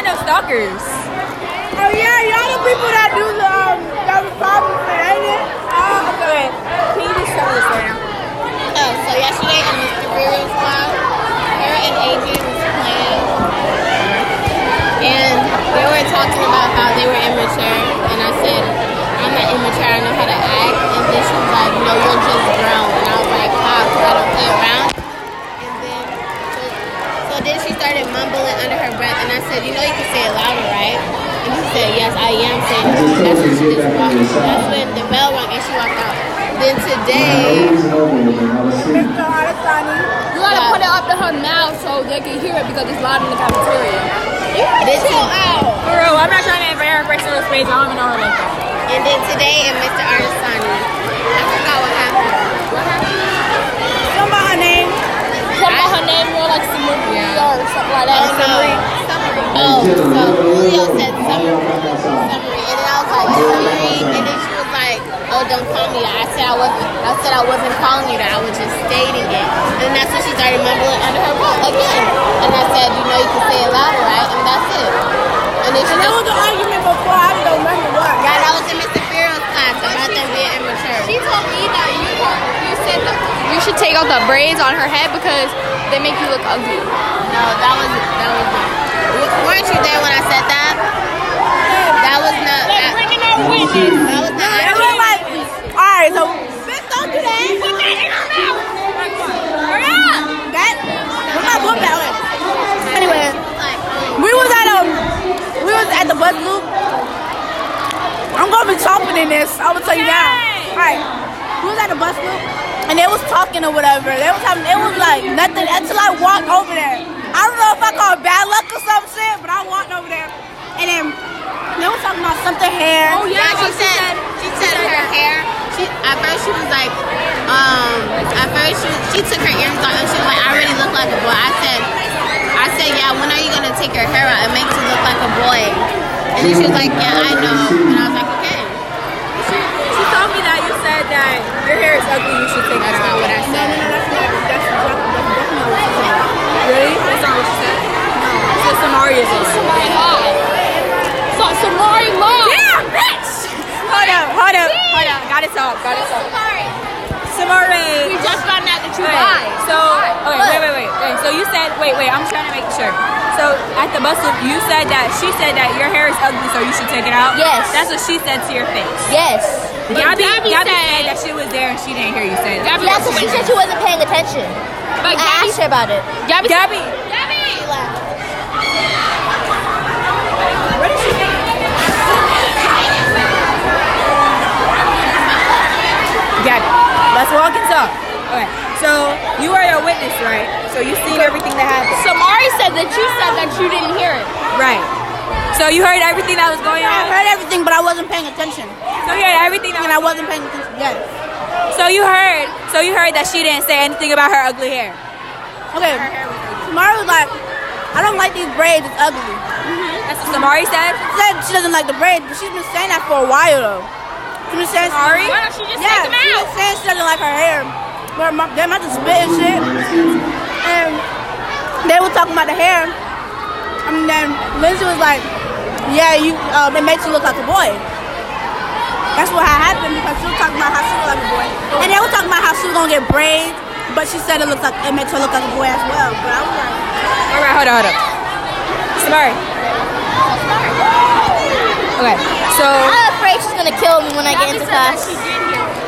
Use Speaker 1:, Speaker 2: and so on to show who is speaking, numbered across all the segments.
Speaker 1: stalkers.
Speaker 2: Oh yeah, y'all the people that do the um, that was problem for ain't it?
Speaker 1: Oh, okay. Can you just tell me the story now?
Speaker 3: So, Oh, so yesterday in Mr. Brewer's class, her and AJ was playing, and they were talking about how they were immature, and I said, I'm not immature, I know how to act, and then she was like, no, you're just grown, and I was like, how, 'Cause I don't play around? And then, so, so then she started mumbling under her breath, and I said, you know you can say it louder, right? And she said, yes, I am saying it. That's when she just walked, that's when the bell rang, and she walked out. Then today, uh,
Speaker 2: Mr. Harasani.
Speaker 4: You gotta put it up to her mouth so they can hear it because it's loud in the cafeteria.
Speaker 3: Then to-
Speaker 1: For real, I'm not trying to embarrass her with phrase. I don't even know her like that.
Speaker 3: and then today in Mr. Artisani, I forgot what happened. What happened?
Speaker 2: Don't buy her name.
Speaker 4: Come on, her name more like Samuri or something
Speaker 3: Oh,
Speaker 4: like that.
Speaker 3: no. Summary. Oh, so Julio said summary. Summary. And then I was like, summary. And then she was like, oh, don't call me that. I said I wasn't, I said I wasn't calling you that. I was just stating it. And that's when she started mumbling under her breath again. And I said, you know, you can say it louder, right? And that's it. And then she
Speaker 2: And that
Speaker 3: just
Speaker 2: was the argument before I don't remember what.
Speaker 3: Yeah, that was in Mr. Farrell's class about them being immature.
Speaker 4: She told me that you you said that you should take out the braids on her head because they make you look ugly.
Speaker 3: No, that was that was. W- Weren't you there when I said that? That was not. That, that was not.
Speaker 2: And we're like, all right, so bitch, don't do that. That we're not going that way. Anyway, we was at um, we was at the bus loop. I'm gonna be chopping in this. I'm gonna tell you now. All right, we was at the bus loop, and they was talking or whatever. They was having, it was like nothing until I walked over there. I don't know if I called bad luck or some shit, but I walked over there, and then they was talking about something hair.
Speaker 3: Oh yeah, she said. She said her hair. She at first she was like, um. At first she, she took her earrings off and she was like, I already look like a boy. I said, I said, yeah. When are you gonna take your hair out? It makes you look like a boy. And then she was like, yeah, I know. And I was like, okay.
Speaker 1: She, she told me that you said that your hair is ugly. You should take it
Speaker 3: That's not
Speaker 1: out.
Speaker 3: what I said.
Speaker 1: Really? That's not what she said. No. She said Samaria's on.
Speaker 4: So Samari mom.
Speaker 1: Yeah, bitch. Hold up, hold up, hold up. Got it up, got it up. Samari.
Speaker 4: We just found out that you
Speaker 1: Wait,
Speaker 4: lied.
Speaker 1: So, okay, wait, wait, wait, wait. So you said, wait, wait, I'm trying to make sure. So at the bus loop, you said that she said that your hair is ugly, so you should take it out.
Speaker 4: Yes.
Speaker 1: That's what she said to your face.
Speaker 5: Yes.
Speaker 1: But Gabby, Gabby, said that she was there and she didn't hear you say that.
Speaker 4: Gabby,
Speaker 5: That's what she said she wasn't paying attention. I
Speaker 4: But Gabby,
Speaker 5: asked her about it.
Speaker 4: Gabby,
Speaker 1: Gabby,
Speaker 4: Gabby,
Speaker 1: Gabby, let's walk and talk. Okay. So you are a witness, right? So you seen everything that happened.
Speaker 4: Samari said that you said that you didn't hear it.
Speaker 1: Right. So you heard everything that was going
Speaker 2: I
Speaker 1: on.
Speaker 2: heard everything, but I wasn't paying attention.
Speaker 1: So you heard everything that
Speaker 2: And I wasn't paying attention. Yes.
Speaker 1: So you heard. So you heard that she didn't say anything about her ugly hair.
Speaker 2: Okay. Samara was like, I don't like these braids. It's ugly.
Speaker 1: That's what Samari said.
Speaker 2: She said she doesn't like the braids, but she's been saying that for a while though. She's been saying.
Speaker 1: Samari.
Speaker 4: Why don't she just
Speaker 2: Yeah.
Speaker 4: take them
Speaker 2: She's
Speaker 4: out?
Speaker 2: been saying she doesn't like her hair. But her mom, they might just spit and shit. And they were talking about the hair. And then Lindsay was like, Yeah, you. Um, it makes you look like a boy. That's what had happened because she was talking about how she looked like a boy. And they were talking about how she was gonna get braids, but she said it looks like it makes her look like a boy as well. But I was like.
Speaker 1: All right, hold on, hold on. Samari. Okay, so
Speaker 5: I'm afraid she's gonna kill me when I get into class.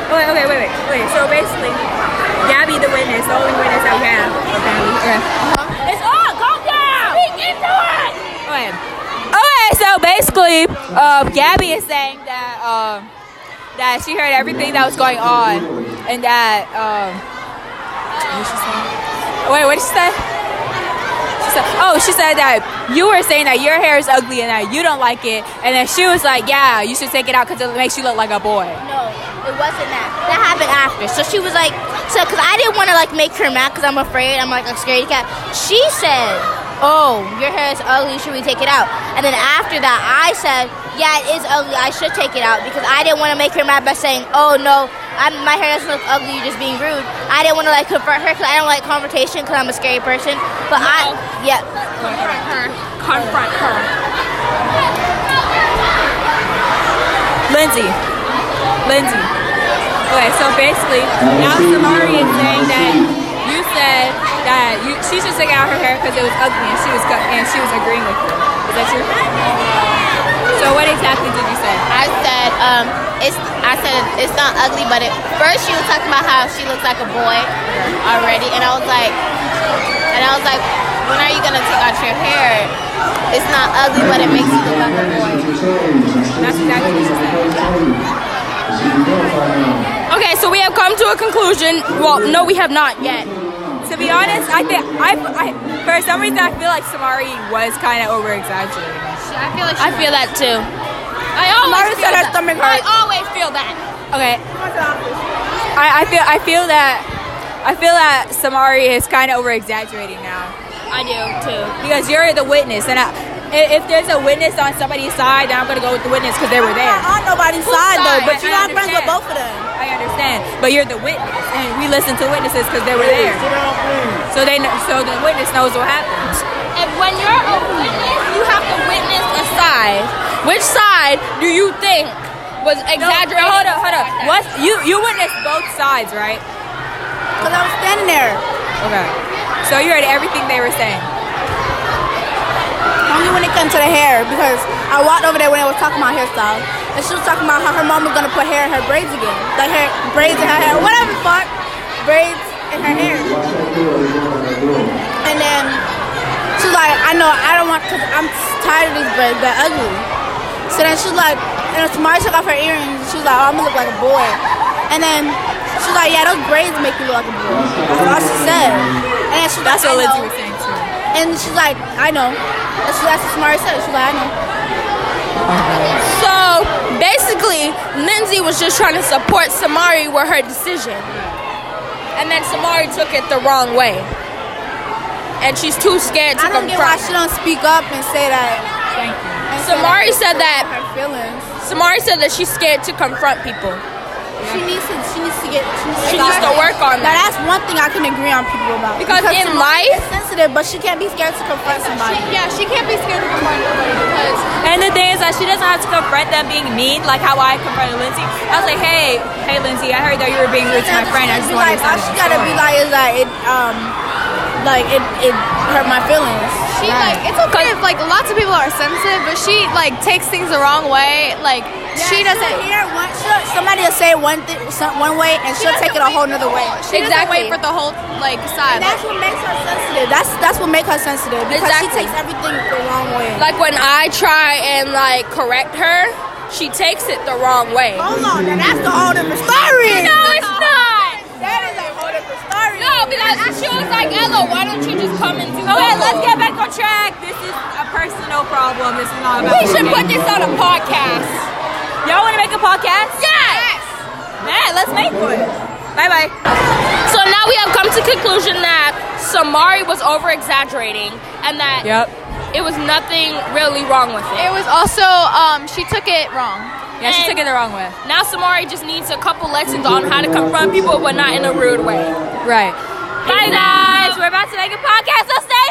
Speaker 1: wait, okay, wait, wait, wait. So basically, Gabby, the witness, the only witness that we have. Apparently. Okay.
Speaker 4: Uh-huh. It's all calm down. Speak into it.
Speaker 1: Go ahead. Okay, so basically, um, Gabby is saying that um, that she heard everything that was going on, and that um, what did she say? Wait, what did she say? She said, oh, she said that you were saying that your hair is ugly and that you don't like it, and then she was like, yeah, you should take it out because it makes you look like a boy.
Speaker 5: No, it wasn't that. That happened after. So she was like, so because I didn't want to like make her mad because I'm afraid. I'm like a scaredy cat. She said, "Oh, your hair is ugly. Should we take it out?" And then after that, I said, "Yeah, it is ugly. I should take it out because I didn't want to make her mad by saying, "Oh no, I'm, my hair doesn't look ugly. You're just being rude." I didn't want to like confront her because I don't like confrontation because I'm a scary person. But I, yeah,
Speaker 4: Confront her. Confront her.
Speaker 1: Lindsay. Lindsay. Okay, so basically, now Samari is saying that you said that you, she should take out her hair because it was ugly, and she was cut- and she was agreeing with you. Is that true? So what exactly did you say?
Speaker 3: I said, um, it's I said it's not ugly, but it, first she was talking about how she looks like a boy already, and I was like, and I was like, when are you gonna take out your hair? It's not ugly, but it makes you look like a boy.
Speaker 1: That's exactly what she said.
Speaker 5: Okay, so we have come to a conclusion. Well, no, we have not yet.
Speaker 1: To be honest, I think I, I for some reason I feel like Samari was kind of over exaggerating.
Speaker 4: I feel like
Speaker 5: I feel that too.
Speaker 4: I
Speaker 5: Oh,
Speaker 4: always
Speaker 2: Mara
Speaker 4: feel
Speaker 2: said her
Speaker 4: that.
Speaker 2: stomach
Speaker 4: I
Speaker 2: hurts.
Speaker 4: always feel that.
Speaker 1: Okay. I, I feel I feel that I feel that Samari is kind of over exaggerating now
Speaker 4: I do too.
Speaker 1: because you're the witness, and I, i- if there's a witness on somebody's side, then I'm gonna go with the witness because they were there.
Speaker 2: Not on nobody's side though,
Speaker 1: side?
Speaker 2: but you're
Speaker 1: I
Speaker 2: not friends with
Speaker 1: understand.
Speaker 2: both of them.
Speaker 1: I understand, but you're the witness, and we listen to witnesses because they were there. So they kn- so the witness knows what happened.
Speaker 4: And when you're a witness, you have to witness a side. Which side do you think was exaggerated?
Speaker 1: Hold up, hold up. What you you witnessed both sides, right?
Speaker 2: Cause I was standing there.
Speaker 1: Okay. So you heard everything they were saying.
Speaker 2: Only when it comes to the hair, because I walked over there when I was talking about hairstyle, and she was talking about how her mom was gonna put hair in her braids again, like hair braids in her hair, whatever the fuck, braids in her hair. And then she was like, I know I don't want, cause I'm tired of these braids, they're ugly. So then she was like, and Tamara took off her earrings, and she was like, oh, I'm gonna look like a boy. And then she was like, yeah, those braids make you look like a boy. That's all she said. And then she was
Speaker 1: That's what
Speaker 2: like, "I
Speaker 1: Lindsay
Speaker 2: know."
Speaker 1: was saying too.
Speaker 2: And she's like, I know. And she, that's what Samara said. She's like, I know.
Speaker 4: So basically, Lindsay was just trying to support Samari with her decision. And then Samari took it the wrong way. And she's too scared to
Speaker 2: I don't get why
Speaker 4: confront.
Speaker 2: she don't speak up and say that.
Speaker 1: Thank you.
Speaker 2: And say
Speaker 4: Samari
Speaker 2: that
Speaker 4: said that
Speaker 2: her feelings.
Speaker 4: Samari said that she's scared to confront people.
Speaker 2: She needs to. She needs to get. She needs,
Speaker 4: She needs to work on
Speaker 2: Now
Speaker 4: that.
Speaker 2: that's one thing I can agree on people about.
Speaker 4: Because in
Speaker 2: Samara
Speaker 4: life-
Speaker 2: is sensitive, but she can't be scared to confront somebody.
Speaker 4: yeah, she can't be scared to confront nobody because
Speaker 1: And the thing is that she doesn't have to confront them being mean, like how I confronted Lindsay. I was like, hey, hey, Lindsay, I heard that you were being rude to my friend. I just
Speaker 2: Be
Speaker 1: wanted
Speaker 2: like,
Speaker 1: to
Speaker 2: all
Speaker 1: say
Speaker 2: she gotta be like is that it um like it it hurt my feelings.
Speaker 4: She like it's okay if like lots of people are sensitive, but she like takes things the wrong way. Like she doesn't.
Speaker 2: hear one. she'll- Somebody will say one thing some, one way, and she'll take it a whole nother way.
Speaker 4: She doesn't wait for the whole like side.
Speaker 2: That's what makes her sensitive. That's that's what makes her sensitive because
Speaker 4: Exactly.
Speaker 2: she takes everything the wrong way.
Speaker 4: Like when I try and like correct her, she takes it the wrong way.
Speaker 2: Hold on, now that's a whole different story.
Speaker 4: No, it's not.
Speaker 2: That is a whole different story.
Speaker 4: No, because she was like, Ella, why don't you just come and do?
Speaker 1: Okay, let's
Speaker 4: vocal?"
Speaker 1: get back on track. This is a personal problem. This is not about.
Speaker 4: We should put this on a podcast.
Speaker 1: Y'all want to make a podcast?
Speaker 4: Yes.
Speaker 1: Yeah, let's make one. Bye bye.
Speaker 4: So now we have come to conclusion that Samari was over exaggerating and that
Speaker 1: Yep.
Speaker 4: it was nothing really wrong with it.
Speaker 6: It was also um, she took it wrong.
Speaker 1: Yeah, she took it the wrong way.
Speaker 4: Now Samari just needs a couple lessons on how to confront people, but not in a rude way.
Speaker 1: Right. Bye guys, we're about to make a podcast. So stay